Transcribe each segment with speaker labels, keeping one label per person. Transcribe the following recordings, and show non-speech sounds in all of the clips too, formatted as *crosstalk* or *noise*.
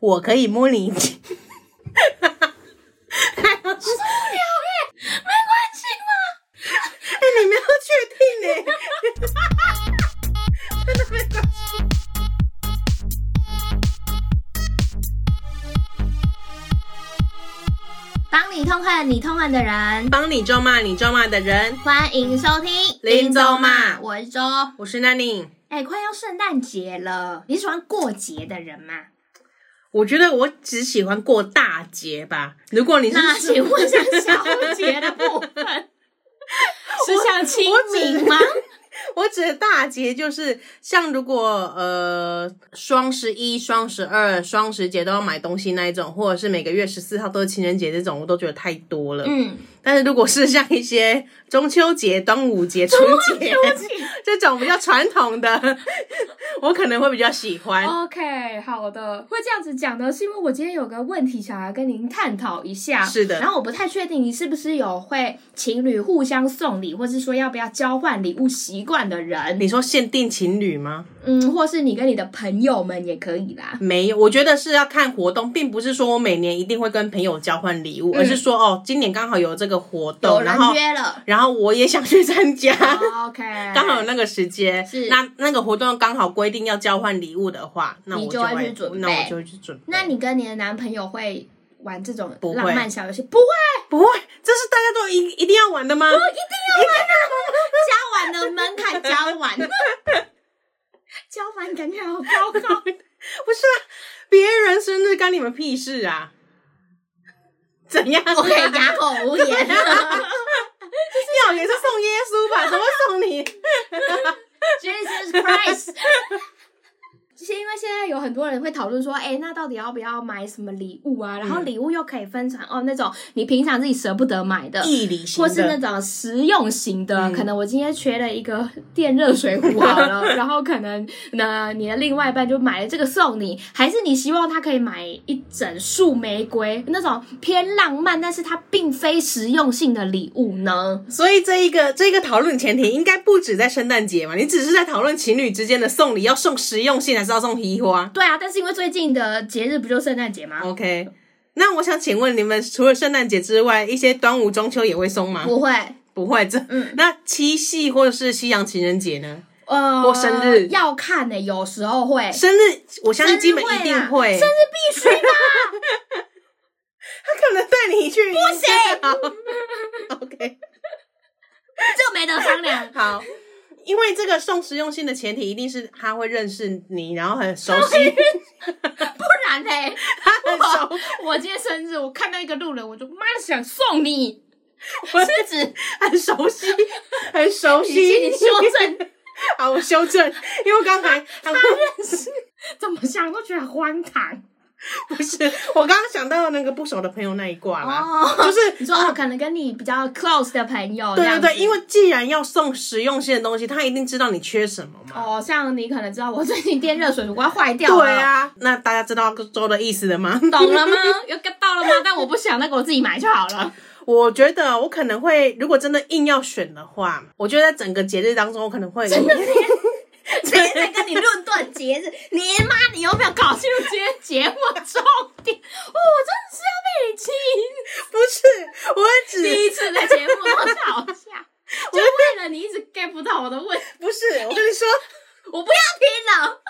Speaker 1: 我可以摸你。还有是
Speaker 2: 没关系嘛，
Speaker 1: *laughs* 哎、你没有确定呢、真的没关系。
Speaker 2: 帮你痛恨你痛恨的人。
Speaker 1: 帮你咒骂你咒骂的人，
Speaker 2: 欢迎收听
Speaker 1: 林州骂
Speaker 2: 我是周。
Speaker 1: 我是 Nanny。
Speaker 2: 哎、快要圣诞节了，你喜欢过节的人吗？
Speaker 1: 我觉得我只喜欢过大节吧。如果你是
Speaker 2: 那请问一下小节的部分，
Speaker 1: *laughs*
Speaker 2: 是像清明吗？
Speaker 1: 我指的大节就是像如果呃双十一、双十二、双十节都要买东西那一种，或者是每个月十四号都是情人节这种，我都觉得太多 *laughs* 了。
Speaker 2: 嗯，
Speaker 1: 但是如果是像一些中秋节、端午节、春节 *laughs* 这种比较传统的，我可能会比较喜欢。
Speaker 2: OK，好的，会这样子讲呢，是因为我今天有个问题想要跟您探讨一下。
Speaker 1: 是的
Speaker 2: 然后我不太确定你是不是有会情侣互相送礼，或是说要不要交换礼物习惯的人。
Speaker 1: 你说限定情侣吗？
Speaker 2: 嗯，或是你跟你的朋友们也可以啦。
Speaker 1: 没有，我觉得是要看活动，并不是说我每年一定会跟朋友交换礼物，而是说哦，今年刚好有这个活
Speaker 2: 嗯有
Speaker 1: 动，
Speaker 2: 人
Speaker 1: 然后
Speaker 2: 约
Speaker 1: *laughs*
Speaker 2: 了哦
Speaker 1: 然后我也想去参加。
Speaker 2: ，OK，
Speaker 1: *laughs* 刚好有那个时间，
Speaker 2: 哎是
Speaker 1: 那那个活动刚好规定要交换礼物的话，那
Speaker 2: 你
Speaker 1: 我
Speaker 2: 就
Speaker 1: 会
Speaker 2: 会去准备
Speaker 1: 那我就会去准备。
Speaker 2: 那你跟你的男朋友会玩这种
Speaker 1: 不会
Speaker 2: 浪漫小游戏？不会，啊
Speaker 1: 不会，这是大家都一一定要玩的吗？
Speaker 2: 交完的门槛交
Speaker 1: *laughs*
Speaker 2: 完，交完感觉好高高。
Speaker 1: 不是啊，别人生日干你们屁事啊？怎样、*laughs*
Speaker 2: 我可以哑口无言。
Speaker 1: 要也是送耶稣吧？怎么送你？
Speaker 2: *laughs* Jesus Christ！就是因为现在有很多人会讨论说，哎、那到底要不要买什么礼物啊？然后
Speaker 1: 嗯
Speaker 2: 礼物又可以分成、哦，那种你平常自己舍不得买的，
Speaker 1: 义理型
Speaker 2: 或是那
Speaker 1: 的，
Speaker 2: 种实用型的，
Speaker 1: 嗯
Speaker 2: 可能我今天缺了一个电热水壶好 *laughs* 了，然后可能呢你的另外一半就买了这个送你，还是你希望他可以买一整束玫瑰那种偏浪漫，但是它并非实用性的礼物呢？
Speaker 1: 所以这一个这一个讨论前提应该不止在圣诞节嘛？你只是在讨论情侣之间的送礼要送实用性还是要送皮花
Speaker 2: 对啊，但是因为最近的节日不就圣诞节吗？
Speaker 1: ？OK，那我想请问你们除了圣诞节之外，一些端午、中秋也会送吗？
Speaker 2: 不会，
Speaker 1: 不会，这、
Speaker 2: 嗯
Speaker 1: 那七夕或者是西洋情人节呢？
Speaker 2: 呃，
Speaker 1: 过生日
Speaker 2: 要看呢、有时候会，生
Speaker 1: 生日我相信
Speaker 2: 日
Speaker 1: 基本一定
Speaker 2: 啦
Speaker 1: 会，
Speaker 2: 生日必须啊吧？
Speaker 1: 他可能带你去不行。OK， *laughs*
Speaker 2: 这个没得商量。
Speaker 1: 好，因为这个送实用性的前提一定是他会认识你，然后很熟
Speaker 2: *laughs* 哎
Speaker 1: 悉，
Speaker 2: 不然欸呢？
Speaker 1: 他 *laughs* 很熟，
Speaker 2: 我今天生日，我看到一个路人，我就妈的想送
Speaker 1: *laughs*
Speaker 2: 你，
Speaker 1: 我
Speaker 2: 是指
Speaker 1: *laughs* 很熟悉，很熟
Speaker 2: *laughs* 你
Speaker 1: 悉。
Speaker 2: 你修正，
Speaker 1: *laughs* 好，我修正，因为刚
Speaker 2: *laughs*
Speaker 1: 才啊他
Speaker 2: 怎么想都觉得荒唐
Speaker 1: 不是，我刚刚想到那个不熟的朋友那一卦啦，
Speaker 2: 哦。 *laughs*
Speaker 1: 就是
Speaker 2: 你说哦可能跟你比较 close 的朋友这
Speaker 1: 对对
Speaker 2: 样子，
Speaker 1: 对，因为既然要送实用性的东西，他一定知道你缺什么嘛。
Speaker 2: 哦，像你可能知道我最近电热水壶快坏掉了，
Speaker 1: 对，啊，那大家知道周的意思了吗？
Speaker 2: 懂了吗？有 get 到了吗？但我不想，那个我自己买就好
Speaker 1: *laughs*
Speaker 2: 了。
Speaker 1: *laughs* 我觉得我可能会，如果真的硬要选的话，我觉得在整个节日当中，我可能会 *laughs*
Speaker 2: *laughs* 直接在跟你论断节日，你妈，你有没有搞清楚今天节目重点？哦，我真的是要被你气
Speaker 1: 不是，我会
Speaker 2: 第
Speaker 1: 指
Speaker 2: 一次在节目中吵
Speaker 1: *laughs*
Speaker 2: 架，就为了你一直 get 不到我的问题，
Speaker 1: 不是，我跟你说，
Speaker 2: 我不要听了。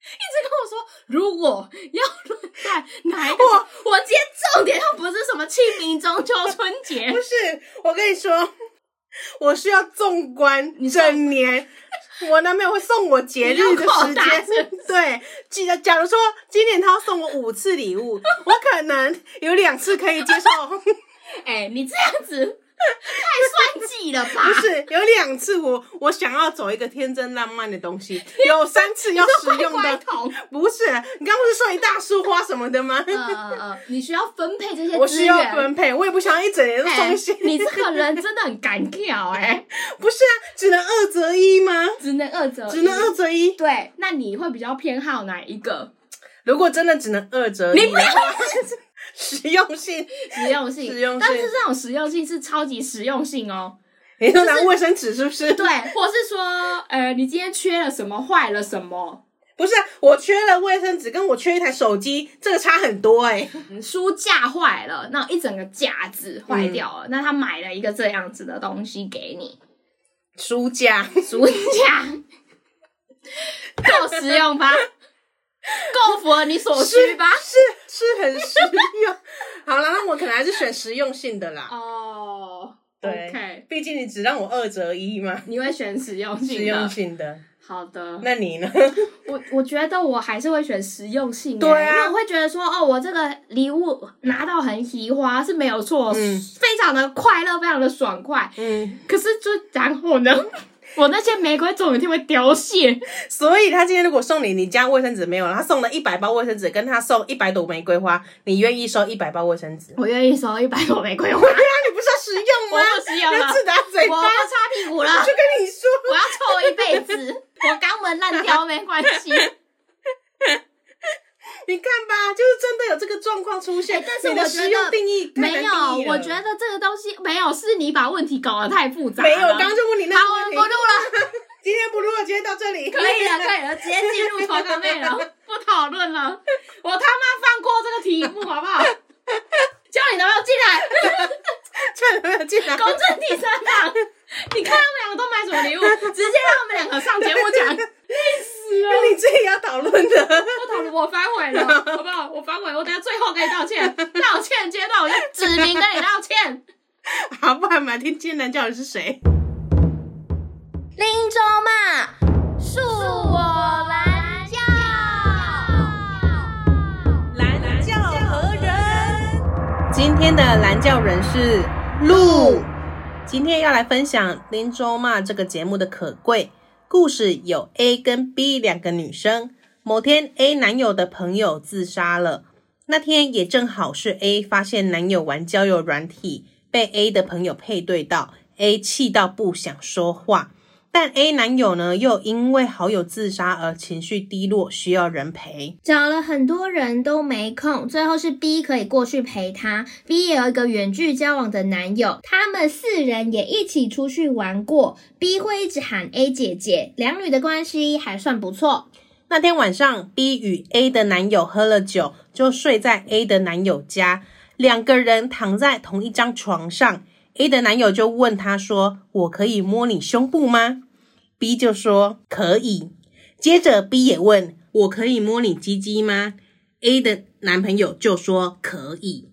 Speaker 2: 一直跟我说，如果要论断哪一个，我我今天重点又不是什么清明、中秋、春节
Speaker 1: 不，是，我跟你说，我需要纵观
Speaker 2: 你说
Speaker 1: 整年。我男朋友会送我节日的时
Speaker 2: 你要扩大是
Speaker 1: 间，对，记得假如说今年他要送我五次礼物，我可能有两次可以接受， *laughs*
Speaker 2: 哎、你这样子太算计了吧？
Speaker 1: 不是有两次我我想要走一个天真浪漫的东西，有三次要实用
Speaker 2: 乖乖
Speaker 1: 的，
Speaker 2: 桶。
Speaker 1: 不是，你刚不是说一大束花什么的吗？
Speaker 2: 嗯嗯嗯，你需要分配这些资源。
Speaker 1: 我需要分配，我也不想要一整年都
Speaker 2: 哎
Speaker 1: 送信，
Speaker 2: 你这个人真的很敢跳哎、
Speaker 1: *laughs* 不是啊，只能二择一吗？
Speaker 2: 只能二择一，
Speaker 1: 只能二择一。
Speaker 2: 对，那你会比较偏好哪一个？
Speaker 1: 如果真的只能二择一，
Speaker 2: 你不要
Speaker 1: 实用性， *laughs*
Speaker 2: 实用性，
Speaker 1: 实用性
Speaker 2: 但是这种实用性是超级实用性哦。
Speaker 1: 你说拿卫生纸是不是？
Speaker 2: 对，或是说，呃，你今天缺了什么，坏了什么，
Speaker 1: 不是啊、我缺了卫生纸，跟我缺一台手机，这个差很多哎、
Speaker 2: 书架坏了，那一整个架子坏掉了，那他买了一个这样子的东西给你，
Speaker 1: 书架，
Speaker 2: 书架够实用 *laughs* 吧？够符合你所需吧？
Speaker 1: 是是很实用。 *laughs* 好了，那我可能还是选实用性的啦，
Speaker 2: 哦，
Speaker 1: 对
Speaker 2: o k
Speaker 1: 毕竟你只让我二择一嘛，
Speaker 2: 你会选实用性的
Speaker 1: 实用性的。
Speaker 2: 好的，
Speaker 1: 那你呢？
Speaker 2: 我我觉得我还是会选实用性欸、
Speaker 1: 对啊
Speaker 2: 因为我会觉得说，哦，我这个礼物拿到很喜欢是没有错，
Speaker 1: 嗯
Speaker 2: 非常的快乐，非常的爽快。
Speaker 1: 嗯，
Speaker 2: 可是就然后呢，我那些玫瑰总有一天会凋谢，
Speaker 1: 所以他今天如果送你，你家卫生纸没有了，他送了一百包卫生纸，跟他送一百朵玫瑰花，你愿意收一百包卫生纸？
Speaker 2: 我愿意收一百朵玫瑰花，
Speaker 1: 对啊，你不是要实用吗？
Speaker 2: 我不实用了
Speaker 1: 要自打嘴
Speaker 2: 我
Speaker 1: 巴
Speaker 2: 要。擦屁股了，
Speaker 1: 我就跟你说，
Speaker 2: 我要臭一辈子，我肛门烂掉没关
Speaker 1: *laughs*
Speaker 2: 系。
Speaker 1: 你看吧，就是真的有这个状况出现。
Speaker 2: 哎但是
Speaker 1: 你的
Speaker 2: 我觉得
Speaker 1: 实用定义太难
Speaker 2: 没有
Speaker 1: 定义，了
Speaker 2: 我觉得这个东西没有，是你把问题搞得太复杂了。
Speaker 1: 没有。我刚刚就问你那
Speaker 2: 好，我
Speaker 1: 个
Speaker 2: 们
Speaker 1: 问
Speaker 2: 不录
Speaker 1: 题，
Speaker 2: 了。
Speaker 1: 今天不录了，今天到这里。
Speaker 2: 可以
Speaker 1: *laughs*
Speaker 2: 了，可以了，直接进入投稿内容，不讨论了。 *laughs* 我他妈放过这个题目好不好？ *laughs* 叫你男朋友进来， *laughs*
Speaker 1: 趁没有进来。
Speaker 2: 公正第三档。你看他们两个都买什么礼物，直接让他们两个上节目讲。
Speaker 1: *laughs* 你自己要讨论的，
Speaker 2: 不讨论，我反悔 *laughs* 了，好不好？我反悔，我等下最后跟你道歉，道歉阶段我就指名跟你道歉。
Speaker 1: 好，不然满天艰难叫你是谁？
Speaker 2: 林州嘛，恕我蓝教。
Speaker 1: 蓝教何人？今天的蓝教人是鹿。今天要来分享《林州骂》这个节目的可贵。故事有 A 跟 B 两个女生，某天 A 男友的朋友自杀了，那天也正好是 A 发现男友玩交友软体，被 A 的朋友配对到，A 气到不想说话。但 A 男友呢，又因为好友自杀而情绪低落，需要人陪。
Speaker 3: 找了很多人都没空，最后是 B 可以过去陪她。B 也有一个远距交往的男友，他们四人也一起出去玩过。B 会一直喊 A 姐姐，两女的关系还算不错。
Speaker 1: 那天晚上，B 与 A 的男友喝了酒，就睡在 A 的男友家，两个人躺在同一张床上。A 的男友就问她说：“我可以摸你胸部吗？”B 就说：“可以。”接着 B 也问：“我可以摸你鸡鸡吗？”A 的男朋友就说：“可以。”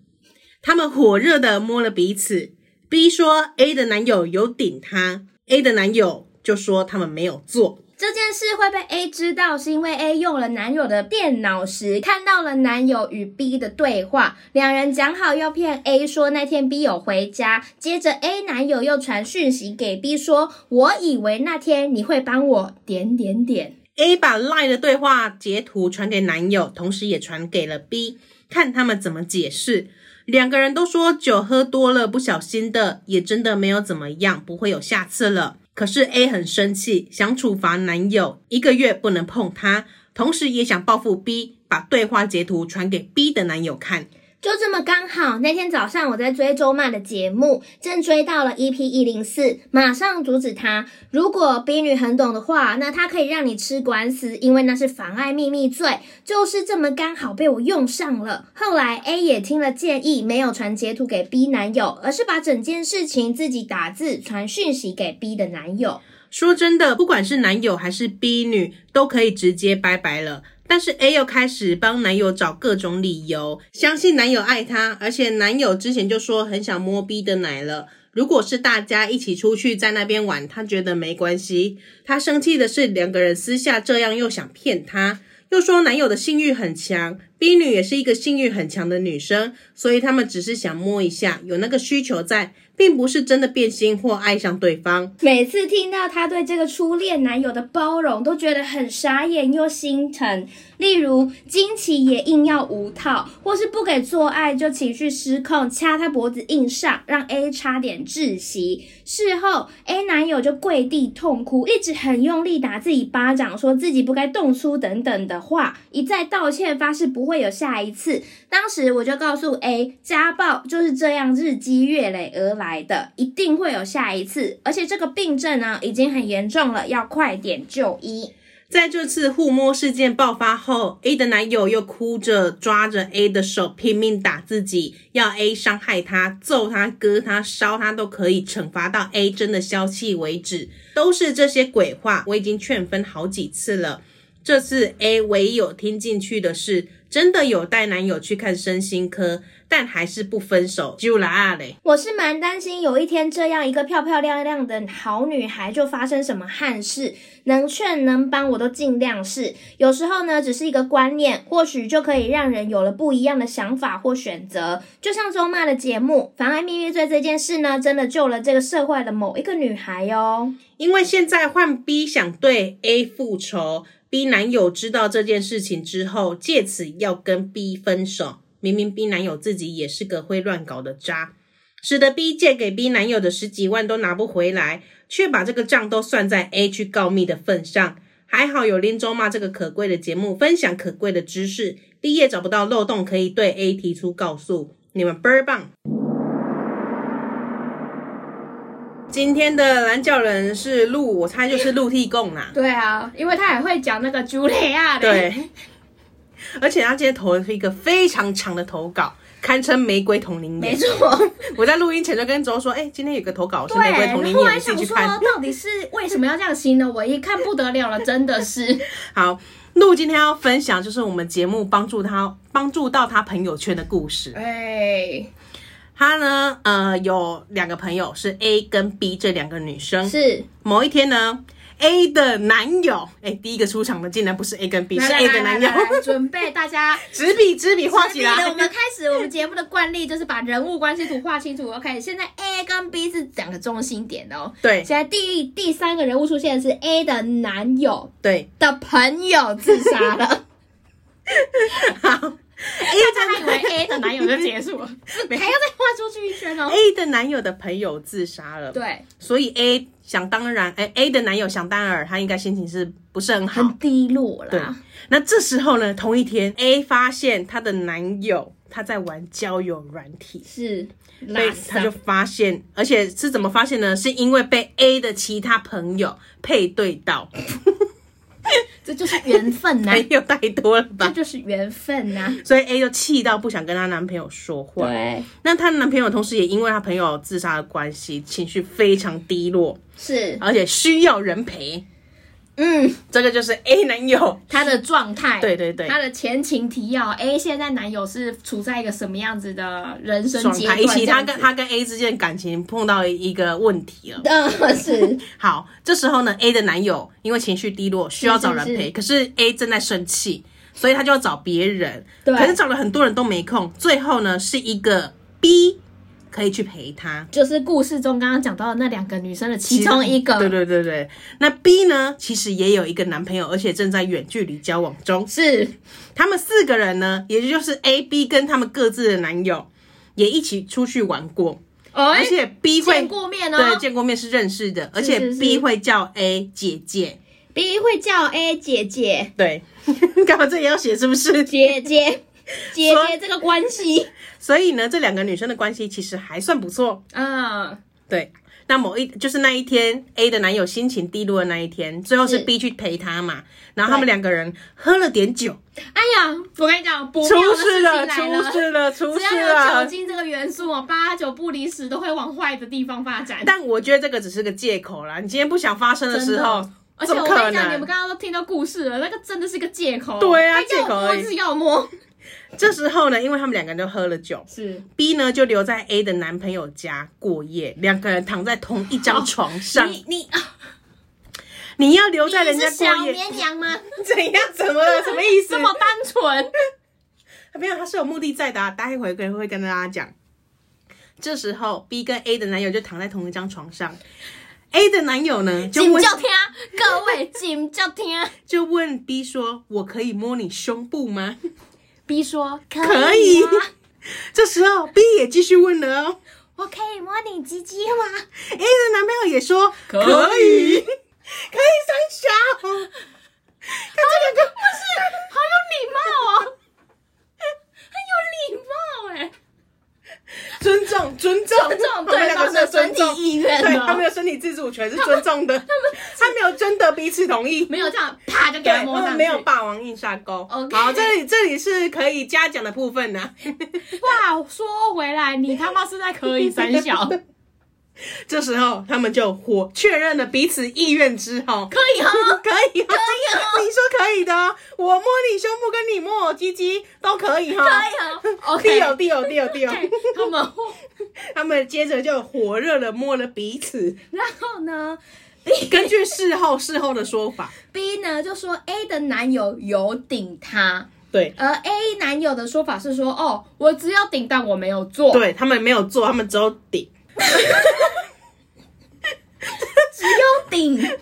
Speaker 1: 他们火热的摸了彼此。B 说 A 的男友有顶她，A 的男友就说他们没有做。
Speaker 3: 这件事会被 A 知道，是因为 A 用了男友的电脑时看到了男友与 B 的对话，两人讲好要骗 A 说那天 B 有回家，接着 A 男友又传讯息给 B 说，我以为那天你会帮我点点点。
Speaker 1: A 把 Line 的对话截图传给男友，同时也传给了 B，看他们怎么解释。两个人都说酒喝多了，不小心的，也真的没有怎么样，不会有下次了。可是 A 很生气，想处罚男友，一个月不能碰他，同时也想报复 B，把对话截图传给 B 的男友看。
Speaker 3: 就这么刚好，那天早上我在追周曼的节目，正追到了 EP 一零四，马上阻止她。如果 B 女很懂的话，那她可以让你吃官司，因为那是妨碍秘密罪。就是这么刚好被我用上了。后来 A 也听了建议，没有传截图给 B 男友，而是把整件事情自己打字传讯息给 B 的男友。
Speaker 1: 说真的，不管是男友还是 B 女，都可以直接拜拜了。但是 A 又开始帮男友找各种理由，相信男友爱她，而且男友之前就说很想摸 B 的奶了。如果是大家一起出去在那边玩，他觉得没关系。他生气的是两个人私下这样又想骗他，又说男友的性欲很强，B 女也是一个性欲很强的女生，所以他们只是想摸一下，有那个需求在，并不是真的变心或爱上对方。
Speaker 3: 每次听到她对这个初恋男友的包容，都觉得很傻眼又心疼。例如，惊奇也硬要无套，或是不给做爱就情绪失控，掐她脖子硬上，让 A 差点窒息。事后，A 男友就跪地痛哭，一直很用力打自己巴掌，说自己不该动粗等等的话，一再道歉，发誓不会有下一次。当时我就告诉 A，家暴就是这样日积月累而来的，一定会有下一次，而且这个病症呢已经很严重了，要快点就医。
Speaker 1: 在这次互摸事件爆发后，A 的男友又哭着抓着 A 的手拼命打自己，要 A 伤害他、揍他、割他、烧他都可以，惩罚到 A 真的消气为止。都是这些鬼话，我已经劝分好几次了。这次 A 唯一有听进去的是，真的有带男友去看身心科，但还是不分手，就啦啊嘞。
Speaker 3: 我是蛮担心有一天这样一个漂漂亮亮的好女孩就发生什么憾事，能劝能帮我都尽量是。有时候呢，只是一个观念，或许就可以让人有了不一样的想法或选择。就像周妈的节目《妨碍秘密罪》这件事呢，真的救了这个社会的某一个女孩哦。
Speaker 1: 因为现在换 B 想对 A 复仇，B 男友知道这件事情之后，借此要跟 B 分手。明明 B 男友自己也是个会乱搞的渣，使得 B 借给 B 男友的十几万都拿不回来，却把这个账都算在 A 去告密的份上。还好有林周骂这个可贵的节目，分享可贵的知识，B 也找不到漏洞可以对 A 提出告诉。你们倍儿棒！今天的蓝教人是陆，我猜就是陆地贡
Speaker 2: *laughs*
Speaker 1: 啦。
Speaker 2: 对啊，因为他也会讲那个茱莉亚的。嗯
Speaker 1: 对，而且他今天投的是一个非常长的投稿，堪称玫瑰同龄
Speaker 3: 没
Speaker 1: 眼。
Speaker 3: 错，
Speaker 1: 我在录音前就跟周说，哎、今天有个投稿是
Speaker 2: 对，
Speaker 1: 玫瑰同
Speaker 2: 然
Speaker 1: 龄
Speaker 2: 后
Speaker 1: 眼，
Speaker 2: 我还
Speaker 1: 你自
Speaker 2: 想
Speaker 1: 己去
Speaker 2: 说，
Speaker 1: 看。
Speaker 2: 到底是为什么要这样形容我？一看不得了了，真
Speaker 1: *laughs*
Speaker 2: 的是。
Speaker 1: 好，陆今天要分享就是我们节目帮助他帮助到他朋友圈的故事。
Speaker 2: 哎，
Speaker 1: 他呢，呃，有两个朋友是 A 跟 B 这两个女生。
Speaker 3: 是
Speaker 1: 某一天呢，A 的男友，哎、第一个出场的竟然不是 A 跟 B，
Speaker 2: 来
Speaker 1: 是
Speaker 2: 来
Speaker 1: A 的
Speaker 2: 来
Speaker 1: 男
Speaker 2: 来
Speaker 1: 友。
Speaker 2: 来，准备大家。
Speaker 1: 纸笔纸笔画起来，
Speaker 2: 的，我们开始我们节目的惯例就是把人物关系图画清楚。OK，现在 A 跟 B 是两个中心点的哦。
Speaker 1: 对
Speaker 2: 现在第一第三个人物出现的是 A 的男友
Speaker 1: 对，
Speaker 2: 的朋友自杀
Speaker 1: *laughs*
Speaker 2: 了，
Speaker 1: 好。
Speaker 2: 大家以为 A 的男友就结束了，还要再画出去一圈哦。
Speaker 1: A 的男友的朋友自杀了，
Speaker 2: 对，
Speaker 1: 所以 A 想当然，哎、a 的男友想当然，他应该心情是不是很好
Speaker 2: 很？啊低落
Speaker 1: 对
Speaker 2: 啦。。
Speaker 1: 那这时候呢，同一天，A 发现她的男友他在玩交友软体，
Speaker 2: 是，拉
Speaker 1: 被他就发现，而且是怎么发现呢？是因为被 A 的其他朋友配对到，
Speaker 2: 这就是缘
Speaker 1: *laughs*
Speaker 2: 分呐、
Speaker 1: 朋友太多了
Speaker 2: 这
Speaker 1: 吧？
Speaker 2: 就是缘分呐、
Speaker 1: 所以 A 就气到不想跟她男朋友说话。
Speaker 3: 对，
Speaker 1: 那她男朋友同时也因为她朋友自杀的关系，情绪非常低落，
Speaker 3: 是，
Speaker 1: 而且需要人陪。
Speaker 3: 嗯，
Speaker 1: 这个就是 A 男友，
Speaker 2: 他的状态，
Speaker 1: 对对对
Speaker 2: 他的前情提要，A 现在男友是处在一个什么样子的人生
Speaker 1: 爽
Speaker 2: 阶
Speaker 1: 谈
Speaker 2: 段？
Speaker 1: 一起，他
Speaker 2: 这
Speaker 1: 跟
Speaker 2: *laughs* 样子
Speaker 1: 他跟 A 之间的感情碰到一个问题了。
Speaker 3: 嗯，是，
Speaker 1: 好，这时候呢，A 的男友因为情绪低落，需要找人
Speaker 3: 是
Speaker 1: 陪，可是 A 正在生气，所以他就要找别人。
Speaker 3: 对
Speaker 1: 可是找了很多人都没空，最后呢是一个 B 可以去陪他。
Speaker 2: 就是故事中刚刚讲到的那两个女生的其中一个，
Speaker 1: 对对对对，那 B 呢，其实也有一个男朋友，而且正在远距离交往中。
Speaker 2: 是
Speaker 1: 他们四个人呢，也就是 A、B 跟他们各自的男友，也一起出去玩过。
Speaker 2: 哎
Speaker 1: 而且 B 会
Speaker 2: 见过面
Speaker 1: 对
Speaker 2: 哦。
Speaker 1: 见过面是认识的，而
Speaker 2: 是
Speaker 1: 且
Speaker 2: 是
Speaker 1: B 会叫 A 姐姐。
Speaker 3: B 会叫
Speaker 2: 哎
Speaker 3: A 姐姐，
Speaker 1: 对， *laughs* 干嘛这也要写是不是？ *laughs*
Speaker 3: 姐姐，姐
Speaker 1: 说
Speaker 3: 姐这个关系，
Speaker 1: 所以呢，这两个女生的关系其实还算不错。
Speaker 2: 嗯，
Speaker 1: 对，那某一就是那一天 A 的男友心情低落的那一天，最后是
Speaker 2: 是
Speaker 1: B 去陪他嘛，然后他们两个人喝了点酒，
Speaker 2: 哎呀，我跟你讲，不妙
Speaker 1: 出
Speaker 2: 的
Speaker 1: 事
Speaker 2: 事情
Speaker 1: 了，出
Speaker 2: 来
Speaker 1: 事了，出
Speaker 2: 只
Speaker 1: 事啊
Speaker 2: 要有
Speaker 1: 了
Speaker 2: 酒。精这个元素哦，八九不离十都会往坏的地方发展。
Speaker 1: 但我觉得这个只是个借口啦，你今天不想发生的时候
Speaker 2: 真，而且
Speaker 1: 怎么
Speaker 2: 我
Speaker 1: 可
Speaker 2: 跟你讲，你
Speaker 1: 能
Speaker 2: 们？刚刚都听到故事了，那个真的是个借口。
Speaker 1: 对啊
Speaker 2: 他
Speaker 1: 借
Speaker 2: 要
Speaker 1: 口而
Speaker 2: 摸
Speaker 1: 已
Speaker 2: 是要摸，
Speaker 1: 这时候呢，因为他们两个人都喝了酒，
Speaker 2: 是
Speaker 1: B 呢就留在 A 的男朋友家过夜，两个人躺在同一张床上。
Speaker 2: 哦你你
Speaker 1: 你要留在人
Speaker 2: 你
Speaker 1: 家
Speaker 2: 是小
Speaker 1: 过夜，
Speaker 2: 绵羊
Speaker 1: *laughs*
Speaker 2: 吗？
Speaker 1: 怎样？怎么了？什么意思
Speaker 2: 这？么单纯，
Speaker 1: 没有，他是有目的在的、啊，待会会会跟大家讲。这时候，B 跟 A 的男友就躺在同一张床上。A 的男友呢， *laughs* 就
Speaker 2: 请
Speaker 1: 问
Speaker 2: 叫听，各位请叫听。
Speaker 1: 就问 B 说：“我可以摸你胸部吗
Speaker 2: B 说
Speaker 1: 可以
Speaker 2: 啊，？”
Speaker 1: 这时候，B 也继续问了哦。
Speaker 2: 我可以摸你鸡鸡吗？
Speaker 1: A 的男朋友也说：“可
Speaker 2: 可以
Speaker 1: 以，可以三小。”看这两个
Speaker 2: 不是，好有
Speaker 1: *laughs*
Speaker 2: 礼貌哦，很有礼貌哎。
Speaker 1: 尊重，尊重，
Speaker 2: 尊重
Speaker 1: 他们两个
Speaker 2: 对方的
Speaker 1: 是尊重
Speaker 2: 身体意愿哦
Speaker 1: 对
Speaker 2: 呢
Speaker 1: 他们的身体自主权是尊重的，他没有征得彼此同意，
Speaker 2: 没有这样啪啪就给它
Speaker 1: 对，
Speaker 2: 摸
Speaker 1: 他
Speaker 2: 上
Speaker 1: 们
Speaker 2: 去。
Speaker 1: 没有霸王硬上弓。
Speaker 2: OK
Speaker 1: 好，这里这里是可以嘉奖的部分啊呢、
Speaker 2: 哇，说回来，你他妈是在可以三小，可
Speaker 1: *laughs* 这时候他们就火确认了彼此意愿之后，
Speaker 2: 以啊，
Speaker 1: 可以哦，可以哦，你说可以的哦，我摸你胸部跟你摸我鸡鸡都可以哈、
Speaker 2: 可以啊
Speaker 1: 地 *laughs*
Speaker 2: ，OK
Speaker 1: 有地有地有地有，
Speaker 2: 对他们，
Speaker 1: 他们接着就火热的摸了彼此。
Speaker 2: 然后呢
Speaker 1: 根据事后事后的说法，
Speaker 2: ，B 呢就说 A 的男友有顶她，
Speaker 1: 对
Speaker 2: 而 A 男友的说法是说，哦，我只有顶，但我没有做。
Speaker 1: 对，他们没有做，他们只有顶。
Speaker 2: 只有顶，就是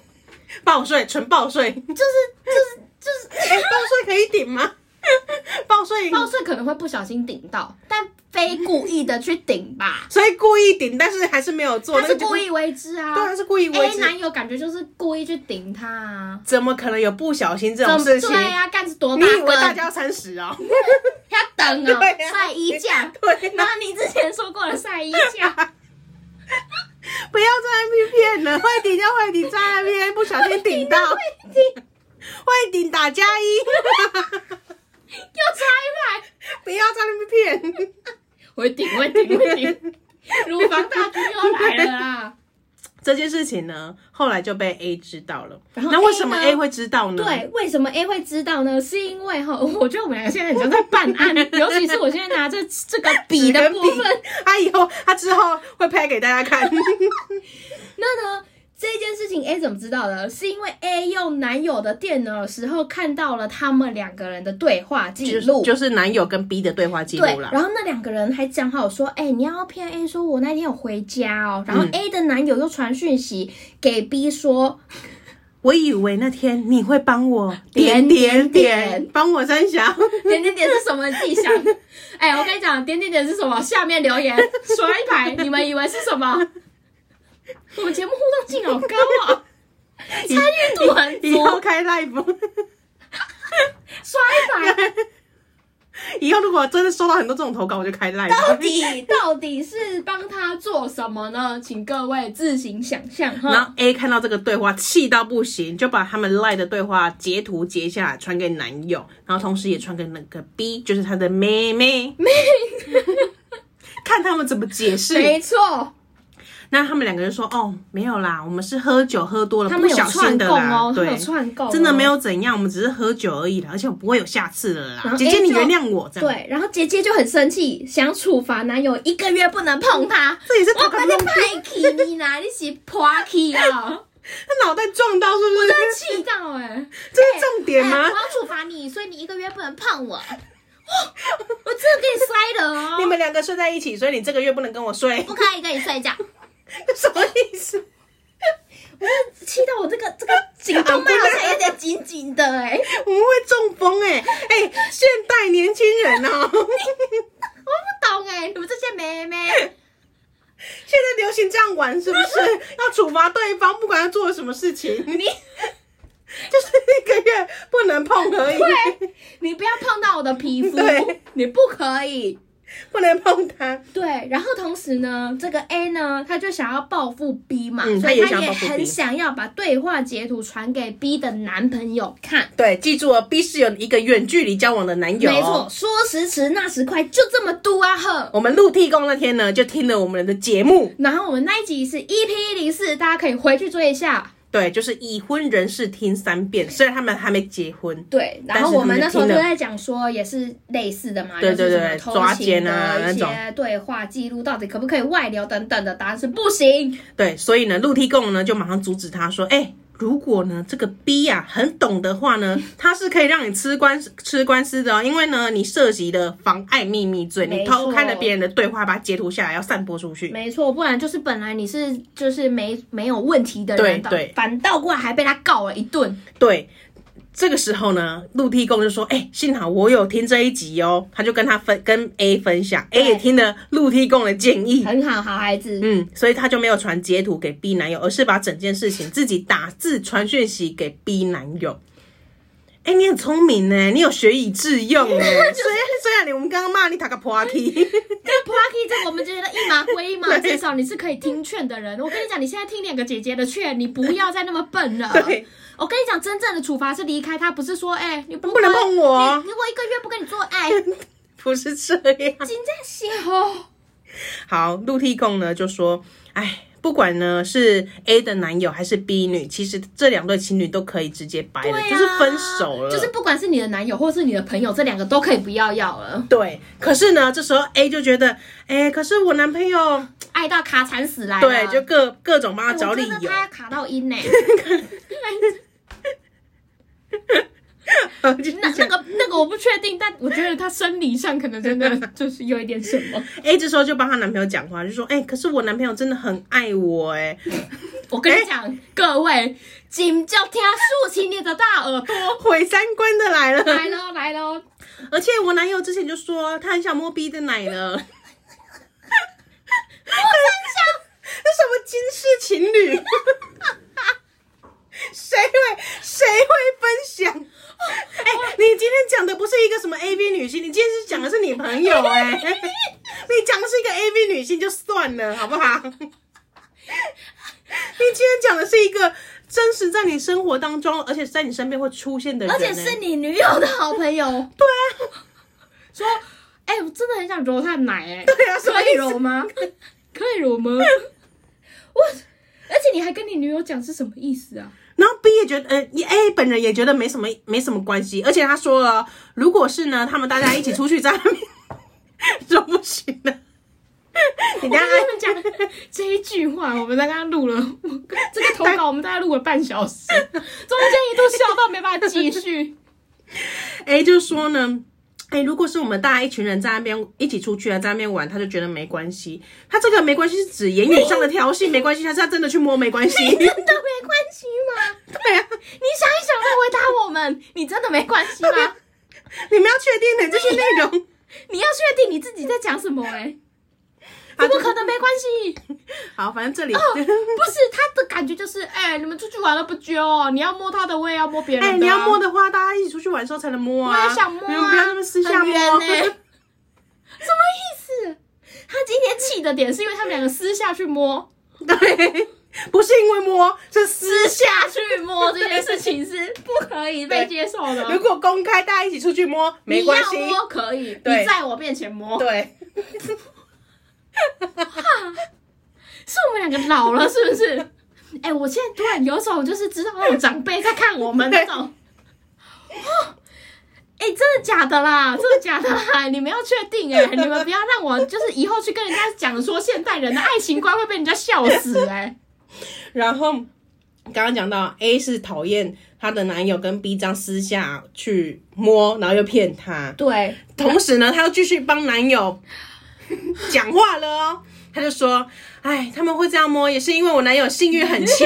Speaker 1: 报税，纯报税，
Speaker 2: *laughs*
Speaker 1: 哎、
Speaker 2: 就是就是，
Speaker 1: 报税可以顶吗？ *laughs* 报税，
Speaker 2: 报税可能会不小心顶到，但非故意的去
Speaker 1: *laughs*
Speaker 2: 顶吧，
Speaker 1: 所以故意顶，但是还是没有做，那
Speaker 2: 他是
Speaker 1: 个就
Speaker 2: 故意为之啊。
Speaker 1: 对，他是故意为
Speaker 2: A
Speaker 1: 之，
Speaker 2: 男友感觉就是故意去顶他啊。
Speaker 1: 怎么可能有不小心这
Speaker 2: 怎
Speaker 1: 种
Speaker 2: 么
Speaker 1: 事情？
Speaker 2: 对呀、啊，干是多
Speaker 1: 你
Speaker 2: 大
Speaker 1: 以为
Speaker 2: 个？
Speaker 1: 大家要三十哦？ *laughs*
Speaker 2: 要等哦，
Speaker 1: 对啊
Speaker 2: 晒衣架。
Speaker 1: 对啊
Speaker 2: 然后你之前说过了晒
Speaker 1: *laughs*
Speaker 2: 衣架，
Speaker 1: 不要在那边骗了，会顶就会顶，在那边不小心顶
Speaker 2: *laughs*
Speaker 1: 到， *laughs* 会顶打加一， *laughs*
Speaker 2: 又拆来，
Speaker 1: 不要在那边骗。
Speaker 2: 会顶会顶
Speaker 1: *laughs*
Speaker 2: 会顶，乳房大军又来了啊啦。
Speaker 1: 这件事情呢，后来就被 A 知道了。
Speaker 2: 然后
Speaker 1: 那
Speaker 2: A
Speaker 1: 为什么
Speaker 2: 呢
Speaker 1: A 会知道呢？
Speaker 2: 对，，为什么 A 会知道呢？是因为哈，我觉得我们两个现在很像在办
Speaker 1: *laughs*
Speaker 2: 案，尤其是我现在拿着这个笔的部分，，
Speaker 1: 他以后哎他之后会拍给大家
Speaker 2: *laughs*
Speaker 1: 看。
Speaker 2: 那呢，这件事情 A 怎么知道的？是因为 A 用男友的电脑的时候看到了他们两个人的对话记
Speaker 1: 就是
Speaker 2: 录。
Speaker 1: 就是男友跟 B 的对话记
Speaker 2: 对
Speaker 1: 录，啦。
Speaker 2: 然后那两个人还讲好说，哎、你要骗 A 说我那天有回家哦，然后
Speaker 1: 嗯
Speaker 2: A 的男友又传讯息给 B 说，
Speaker 1: 我以为那天你会帮我
Speaker 2: 点
Speaker 1: 点
Speaker 2: 点
Speaker 1: 点，帮我三峡。
Speaker 2: 点点点是什么？你自己
Speaker 1: *laughs*
Speaker 2: 想。哎、我跟你讲，点点点是什么？下面留言刷一排，你们以为是什么？我们节目互动性好
Speaker 1: *laughs*
Speaker 2: 高啊，参与度很
Speaker 1: 以后
Speaker 2: 足，
Speaker 1: 开 live， *laughs*
Speaker 2: 刷一排。
Speaker 1: 以后如果真的收到很多这种投稿，我就开 live。
Speaker 2: 到底到底是帮他做什么呢？请各位自行想象
Speaker 1: 然
Speaker 2: 哈。
Speaker 1: 后 A 看到这个对话，气到不行，就把他们 line 的对话截图截下来传给男友，然后同时也传给那个 B，就是他的妹妹。妹， *laughs* 看他们怎么解释。
Speaker 2: 没错，
Speaker 1: 那他们两个人说：“哦，没有啦，我们是喝酒喝多了，
Speaker 2: 他
Speaker 1: 不
Speaker 2: 们有
Speaker 1: 小心
Speaker 2: 串
Speaker 1: 的
Speaker 2: 供
Speaker 1: 啦。
Speaker 2: 哦，他们
Speaker 1: 对
Speaker 2: 有，串供、
Speaker 1: 真的没。有怎样，我们只是喝酒而已啦，而且我不会有下次了
Speaker 2: 然
Speaker 1: 啦。
Speaker 2: 后
Speaker 1: 姐姐，
Speaker 2: A
Speaker 1: 你
Speaker 2: 就
Speaker 1: 原谅我，这样
Speaker 2: 嗯对，然后姐姐就很生气，想处罚男友一个月不能碰她。
Speaker 1: 这也是
Speaker 2: 我
Speaker 1: 偷看
Speaker 2: 把你派去你 *laughs* 啦，你是破去啊！
Speaker 1: 他脑袋撞到是不是？
Speaker 2: 气到哎、欸！
Speaker 1: 这是重点吗？
Speaker 2: 哎我要处罚你，所以你一个月不能碰我。哇哦我真的给你摔了哦！
Speaker 1: 你们两个睡在一起，所以你这个月不能跟我睡
Speaker 2: 不，可以跟你睡觉，
Speaker 1: *laughs* 什么意思？
Speaker 2: 气到我这个这个颈动脉好像有点紧紧的哎、
Speaker 1: 我们会中风哎、哎、现代年轻人哦， *laughs*
Speaker 2: 我不懂哎、你们这些妹妹，
Speaker 1: 现在流行这样玩是不是？
Speaker 2: *laughs*
Speaker 1: 要处罚对方，不管他做了什么事情，*laughs*
Speaker 2: 你
Speaker 1: 就是一个月不能碰而已，
Speaker 2: 对，你不要碰到我的皮肤
Speaker 1: 对，
Speaker 2: 你不可以。
Speaker 1: 不能碰他。
Speaker 2: 对，然后同时呢，这个 A 呢，他就想要报复 B 嘛，
Speaker 1: 嗯
Speaker 2: 所
Speaker 1: 他
Speaker 2: 以
Speaker 1: 也
Speaker 2: 他
Speaker 1: 想要
Speaker 2: 也
Speaker 1: 报复 B
Speaker 2: 很想要把对话截图传给 B 的男朋友看。
Speaker 1: 对，记住哦，B 是有一个远距离交往的男友、哦
Speaker 2: 没错，。说时迟，那时快，就这么嘟啊呵。
Speaker 1: 我们录替工那天呢，就听了我们的节目，
Speaker 2: 然后我们那一集是 EP 零四，大家可以回去追一下。
Speaker 1: 对，就是已婚人士听三遍，虽然他们还没结婚，
Speaker 2: 对，然
Speaker 1: 但
Speaker 2: 后
Speaker 1: 是
Speaker 2: 我
Speaker 1: 他们
Speaker 2: 们那
Speaker 1: 就
Speaker 2: 时候
Speaker 1: 听
Speaker 2: 就
Speaker 1: 了
Speaker 2: 在讲说，也是类似的嘛，
Speaker 1: 对
Speaker 2: 就
Speaker 1: 对
Speaker 2: 是什么
Speaker 1: 对
Speaker 2: 偷
Speaker 1: 抓
Speaker 2: 情
Speaker 1: 奸
Speaker 2: 的
Speaker 1: 啊那
Speaker 2: 一
Speaker 1: 种
Speaker 2: 些对话记录到底可不可以外流等等的，答案是不行。
Speaker 1: 对，所以呢，陆地贡呢就马上阻止他说：“哎、如果呢这个 B 呀、很懂的话
Speaker 2: *laughs*
Speaker 1: 呢，他是可以让你吃官司吃官司的哦，因为呢你涉及的妨碍秘密罪，你
Speaker 2: 没
Speaker 1: 偷看了
Speaker 2: 错
Speaker 1: 别人的对话，把它截图下来要散播出去。
Speaker 2: 没错，不然就是本来你是就是没没有问题的人，
Speaker 1: 对对
Speaker 2: 反倒过来还被他告了一顿。”
Speaker 1: 对，这个时候呢，陆地贡就说：“哎、幸好我有听这一集哦。”他就跟他分跟 A 分享，A
Speaker 2: 对
Speaker 1: 也听了陆地贡的建议。
Speaker 2: 很好，好孩子，
Speaker 1: 嗯，所以他就没有传截图给 B 男友，而是把整件事情自己打字传讯息给 B 男友。哎、你很聪
Speaker 2: *laughs*
Speaker 1: 明呢，你有学以致用呢。虽然虽然你我们刚刚骂你打个啊 party，
Speaker 2: 这 p a Lucky 这个我们觉得一码归
Speaker 1: *laughs*
Speaker 2: 一码，至少你是可以听劝的人。我跟你讲，你现在听两个姐姐的劝，你不要再那么笨了。
Speaker 1: 对，
Speaker 2: 我跟你讲，真正的处罚是离开他，不是说哎、你不
Speaker 1: 不能
Speaker 2: 可以
Speaker 1: 碰我啊
Speaker 2: 你如果一个月不跟你做
Speaker 1: *laughs*
Speaker 2: 爱，
Speaker 1: *laughs* 不是这样。
Speaker 2: 真正是哦。
Speaker 1: 好，陆地控呢就说，哎，不管呢是 A 的男友还是 B 女，其实这两对情侣都可以直接掰了，
Speaker 2: 对啊
Speaker 1: 就是分手了，
Speaker 2: 就是不管是你的男友或是你的朋友，这两个都可以不要要了，
Speaker 1: 对。可是呢，这时候 A 就觉得，哎，可是我男朋友，
Speaker 2: 爱到卡惨死来了。
Speaker 1: 对，就各各种帮
Speaker 2: 哎
Speaker 1: 他啊找
Speaker 2: 我
Speaker 1: 理
Speaker 2: 真的
Speaker 1: 由，
Speaker 2: 他卡
Speaker 1: *laughs*
Speaker 2: 到音呢、
Speaker 1: 呃 *laughs* 就
Speaker 2: 那那个那个我不确定，但我觉得他生理上可能
Speaker 1: *laughs*
Speaker 2: 真的就是有一点什么。
Speaker 1: A 这时候就帮她男朋友讲话，就说，哎，可是我男朋友真的很爱我，
Speaker 2: *laughs*
Speaker 1: 哎，
Speaker 2: 我跟你讲，各位，请叫听竖起你的大耳朵，
Speaker 1: 毁三观的来了。
Speaker 2: 来
Speaker 1: *laughs*
Speaker 2: 喽来喽！
Speaker 1: 而且我男友之前就说他很想摸 B 的奶了。 *laughs* 这什么金氏情侣？谁会谁会分享？
Speaker 2: 哦
Speaker 1: 哎、你今天讲的不是一个什么 A V 女星，你今天是讲的是你朋
Speaker 2: 哦
Speaker 1: 友哎、 *laughs* 你讲的是一个 A V 女星就算了，好不好？
Speaker 2: *laughs*
Speaker 1: 你今天讲的是一个真实在你生活当中，而且在你身边会出现的人、
Speaker 2: 而且
Speaker 1: 哎
Speaker 2: 是你女友的好朋友，
Speaker 1: *laughs*
Speaker 2: 对啊，说，哎、我真的很想揉她的奶、哎，
Speaker 1: *laughs* 对啊什么
Speaker 2: 可
Speaker 1: 意
Speaker 2: 以
Speaker 1: 思 *laughs*
Speaker 2: 揉吗？可以揉吗？我，而且你还跟你女友讲是什么意思啊？
Speaker 1: 然后 B 也觉得，呃也，A 本人也觉得没什么，没什么关系。而且他说了，如果是呢，他们大家一起出去在外面 *laughs* 就不行了。你等一
Speaker 2: 我
Speaker 1: 下
Speaker 2: 跟你们讲这一句话，我们刚刚录了，我这个投稿我们大概录了半小时，中间一度笑到没办法继
Speaker 1: *laughs*
Speaker 2: 续。
Speaker 1: A 就说呢，哎、如果是我们大家一群人在那边一起出去啊，在那边玩，他就觉得没关系。他这个没关系是指言语上的挑衅，没关系，他是他真的去摸没
Speaker 2: *laughs*
Speaker 1: 关系。
Speaker 2: 真的没关系吗？
Speaker 1: 对啊，
Speaker 2: 你想一想再回答我们，你真的没关系吗？
Speaker 1: 你们要确定的、这些内容。
Speaker 2: 你要确定你自己在讲什么、欸？哎，
Speaker 1: 啊
Speaker 2: *laughs* 怎么可能没关系？
Speaker 1: *laughs* 好，反正这里。
Speaker 2: 哦，不是他的感觉就是，哎、你们出去玩了不揪、哦，你要摸他的，我也要摸别人的、
Speaker 1: *laughs*
Speaker 2: 啊
Speaker 1: 哎、你要摸，的话，大家一起出去玩的时候才能摸啊！
Speaker 2: 我也想摸啊
Speaker 1: 你们不要那么私下
Speaker 2: 很
Speaker 1: 摸。
Speaker 2: 远欸什么意思？他今天气的点是因为他们两个私下去摸，
Speaker 1: *laughs* 对，不是因为摸，是私
Speaker 2: 私
Speaker 1: 下。
Speaker 2: 下去摸这件事情是不可以被接受的。
Speaker 1: 如果公开啊大家一哦起出去摸，没关系
Speaker 2: 你。要摸可以，
Speaker 1: 对
Speaker 2: 你在我面前摸，
Speaker 1: 对，
Speaker 2: 是我们两个老了是不是？ *laughs* 哎、我现在突然有种就是知道那种长辈在看我们那种， *laughs* 哦，哎、真的假的 *laughs* 啦？真的假的啦？你们要确定哎、你们不要让我就是以后去跟人家讲说现代人的爱情观会被人家笑死哎、
Speaker 1: 然后刚刚讲到 A 是讨厌她的男友跟 B 这样私下去摸，然后又骗她，
Speaker 3: 对，
Speaker 1: 同时呢，她又继续帮男 *laughs* 友讲话了哦。她就说：“哎，他们会这样摸，也是因为我男友性欲很 *laughs* 强。”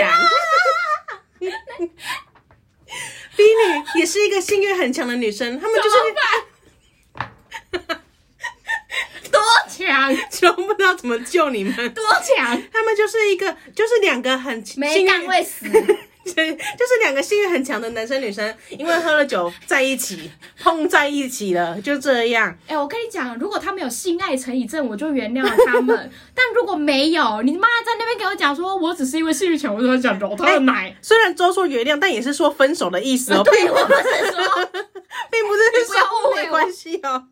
Speaker 1: B 女也是一个性欲很强的女生，她们就是 *laughs*
Speaker 2: *laughs* 多强
Speaker 1: 穷不知道怎么救你们。
Speaker 2: 多强，
Speaker 1: 他们就是一个，就是两个很
Speaker 2: 没
Speaker 1: 性
Speaker 2: 干
Speaker 1: 欲，
Speaker 2: 会死。
Speaker 1: 对， *laughs* 就是两个性欲很强的男生女生，因为喝了酒在一
Speaker 2: *laughs*
Speaker 1: 起，碰在一起了，就这样。
Speaker 2: 哎、我跟你讲，如果他们有性爱成瘾症，我就原谅了他 *laughs* 们。但如果没有，你妈在那边给我讲说，我只是因为性欲强，我就想揉他的奶。 *laughs*
Speaker 1: 虽然周说原谅，但也是说分手的意思哦，并
Speaker 2: 啊对，我不是说，
Speaker 1: *laughs* 并不是
Speaker 2: 不要误
Speaker 1: 说
Speaker 2: 会我
Speaker 1: 没关系哦。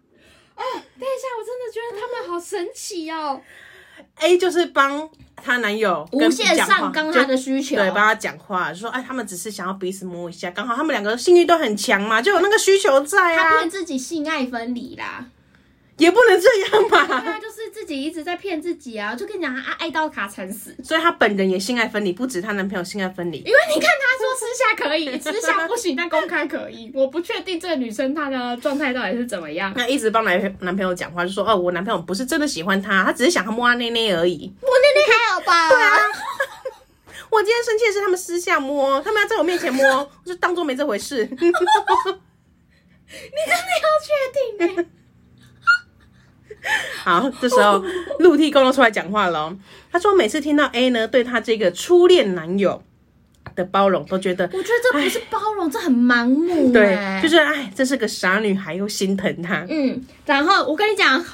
Speaker 2: 等一下，我真的觉得他们好神奇哦，
Speaker 1: A 就是帮她男友跟
Speaker 2: 无限
Speaker 1: B 讲话
Speaker 2: 上纲他
Speaker 1: 就
Speaker 2: 的需求。
Speaker 1: 对，帮他讲话，就说哎，他们只是想要彼此摸一下，刚好他们两个性欲都很强嘛，就有那个需求在
Speaker 2: 他
Speaker 1: 啊
Speaker 2: 骗，自己性爱分离 *laughs* 啦，
Speaker 1: 也不能这样吧。
Speaker 2: 对啊，就是自己一直在骗自己啊！就跟你讲，他爱到卡惨死，
Speaker 1: *laughs* 所以她本人也性爱分离，不止她男朋友性爱分离，
Speaker 2: 因为你看他说私下可 *laughs* 以，私下不行，但公开可以。我不确定这个女生她的状态到底是怎么样。
Speaker 1: 那一直帮男男朋友讲话，就说哦，我男朋友不是真的喜欢她，他只是想要摸她内内而已。
Speaker 2: 我那天还好吧？对啊，
Speaker 1: *laughs* 我今天生气的是他们私下摸，他们要在我面前摸，我就当做没这回事。
Speaker 2: 你真的要确定、欸？
Speaker 1: 好，这时候陆地公都出来讲话了哦，他说每次听到 A 呢对她这个初恋男友的包容，都觉得
Speaker 2: *laughs* 我觉得这不是包容，这很盲目、
Speaker 1: 对，
Speaker 2: 哎
Speaker 1: 就是是哎，这是个傻女孩，又心疼她。
Speaker 2: 嗯嗯，然后我跟你讲，哦，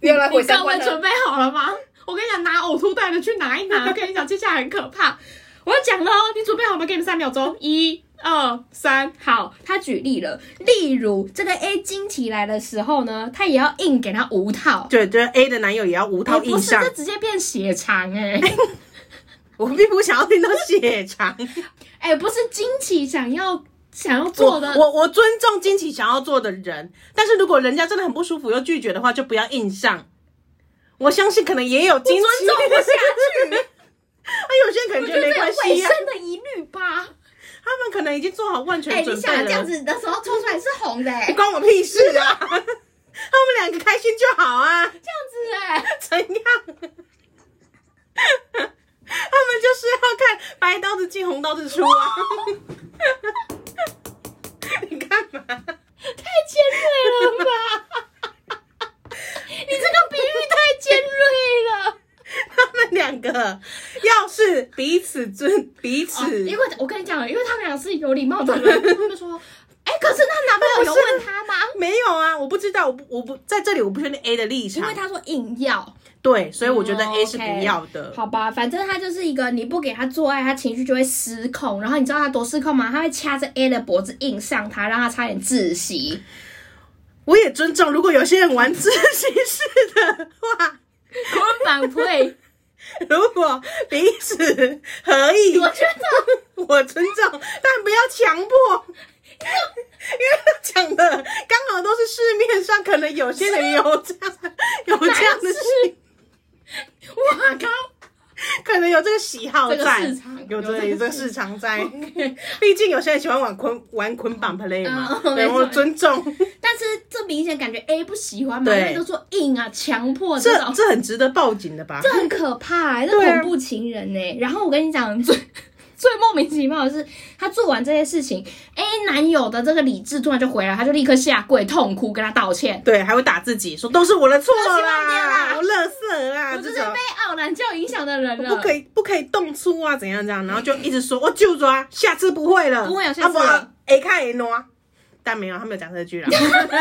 Speaker 4: 原来毁
Speaker 2: 你
Speaker 4: 三
Speaker 2: 肛
Speaker 4: 观
Speaker 2: 门
Speaker 4: 呢
Speaker 2: 准？备好了吗？我跟你讲，拿呕吐袋的去拿一
Speaker 1: *laughs*
Speaker 2: 拿，跟你讲，接下来很可怕。我要讲了哦，你准备好吗？给你们三
Speaker 1: *laughs*
Speaker 2: 秒钟，一、二、三，
Speaker 3: 好，
Speaker 2: 他举例了，例如这个 A 经期来的时候呢，他也要硬给他五套，
Speaker 1: 对，就是 A 的男友也要无
Speaker 2: 哎
Speaker 1: 套
Speaker 2: 不
Speaker 1: 硬
Speaker 2: 是
Speaker 1: 上
Speaker 2: 这。直接变血
Speaker 1: *laughs*
Speaker 2: 肠哎、
Speaker 1: 我并不想要听到血肠，
Speaker 2: 哎、不是经期想要想要做的
Speaker 1: 我我我尊重惊奇想要做的人，但是如果人家真的很不舒服又拒绝的话，就不要硬上。我相信可能也有惊奇，
Speaker 2: 尊重不下去，
Speaker 1: 啊， *laughs* 有些人可
Speaker 2: 我
Speaker 1: 能
Speaker 2: 觉
Speaker 1: 觉
Speaker 2: 得
Speaker 1: 得没
Speaker 2: 有
Speaker 1: 关
Speaker 2: 卫
Speaker 1: 系啊呀、
Speaker 2: 生的疑虑吧。
Speaker 1: 他们可能已经做好万
Speaker 3: 哎、
Speaker 1: 全
Speaker 3: 你
Speaker 1: 准备
Speaker 3: 想
Speaker 1: 了。
Speaker 3: 这样子的时候抽出来是红的、哎
Speaker 1: 哎，关我屁事啊！他们两个开心就好啊，
Speaker 3: 这样子哎、
Speaker 1: 怎样？他们就是要看白刀子进红刀子出啊！ *laughs* 你干嘛？
Speaker 2: 尖锐了吧？ *laughs* 你这个比喻太尖锐
Speaker 1: *laughs*
Speaker 2: 了。
Speaker 1: 他们两个要是彼此尊彼
Speaker 2: 啊
Speaker 1: 此，
Speaker 2: 因为我跟你讲，因为他们俩是有礼貌的
Speaker 1: *laughs*
Speaker 2: 人，他们就说，哎、可是她男朋友有问她吗？
Speaker 1: 没有啊，我不知道，我不我不在这里，我不确定 A 的立
Speaker 2: 因
Speaker 1: 场
Speaker 2: 为。他说硬要，
Speaker 1: 对，啊所以我觉得
Speaker 2: 嗯
Speaker 1: A 是不
Speaker 2: OK
Speaker 1: 要的。
Speaker 2: 好吧，反正他就是一个你不给他做爱，他情绪就会失控。然后你知道他多失控吗？他会掐着 A 的脖子硬上他，让他差点窒息。
Speaker 1: 我也尊重，如果有些人玩自习室的话，
Speaker 2: *laughs*
Speaker 1: *laughs*
Speaker 2: 捆绑 play，
Speaker 1: 如果彼此合意，
Speaker 2: *laughs* 我觉
Speaker 1: *laughs*
Speaker 2: 得
Speaker 1: 我尊重，但不要强迫。因为他讲的刚好都是市面上可能有些人有这样有这样的喜，
Speaker 2: 我靠，
Speaker 1: *laughs* 可能有这个喜好
Speaker 2: 这个
Speaker 1: 在
Speaker 2: 市场，
Speaker 1: 有这
Speaker 2: 有
Speaker 1: 个
Speaker 2: 这个
Speaker 1: 有这个市场在。 *laughs* 毕竟有些人喜欢玩捆玩捆绑 play 嘛，
Speaker 2: 嗯
Speaker 1: 对
Speaker 2: 没错
Speaker 1: 我尊重。
Speaker 2: 但是这明显感觉 A 不喜欢嘛，
Speaker 1: 对
Speaker 2: 因为都说硬啊，强迫这
Speaker 1: 这
Speaker 2: 种。
Speaker 1: 这很值得报警的吧？
Speaker 2: 这很可怕、欸，这
Speaker 1: 对啊
Speaker 2: 恐怖情人呢、然后我跟你讲，最最莫名其妙的是，她做完这些事情，A 男友的这个理智突然就回来，他就立刻下跪痛哭，跟他道歉。
Speaker 1: 对，还会打自己，说都是我的错
Speaker 2: 都是我的
Speaker 1: 啦，
Speaker 2: 啦
Speaker 1: 我乐色啦，
Speaker 2: 我
Speaker 1: 这
Speaker 2: 就是
Speaker 1: 种
Speaker 2: 被傲懒教影响的人了，
Speaker 1: 不可以不可以动粗啊，怎样怎样，然后就一直说我就抓，下次不会了，
Speaker 2: 不会有下
Speaker 1: 啊
Speaker 2: 次
Speaker 1: 不然
Speaker 2: 了
Speaker 1: ，A 看 A 挪，但没有，他没有讲这句啦， *laughs*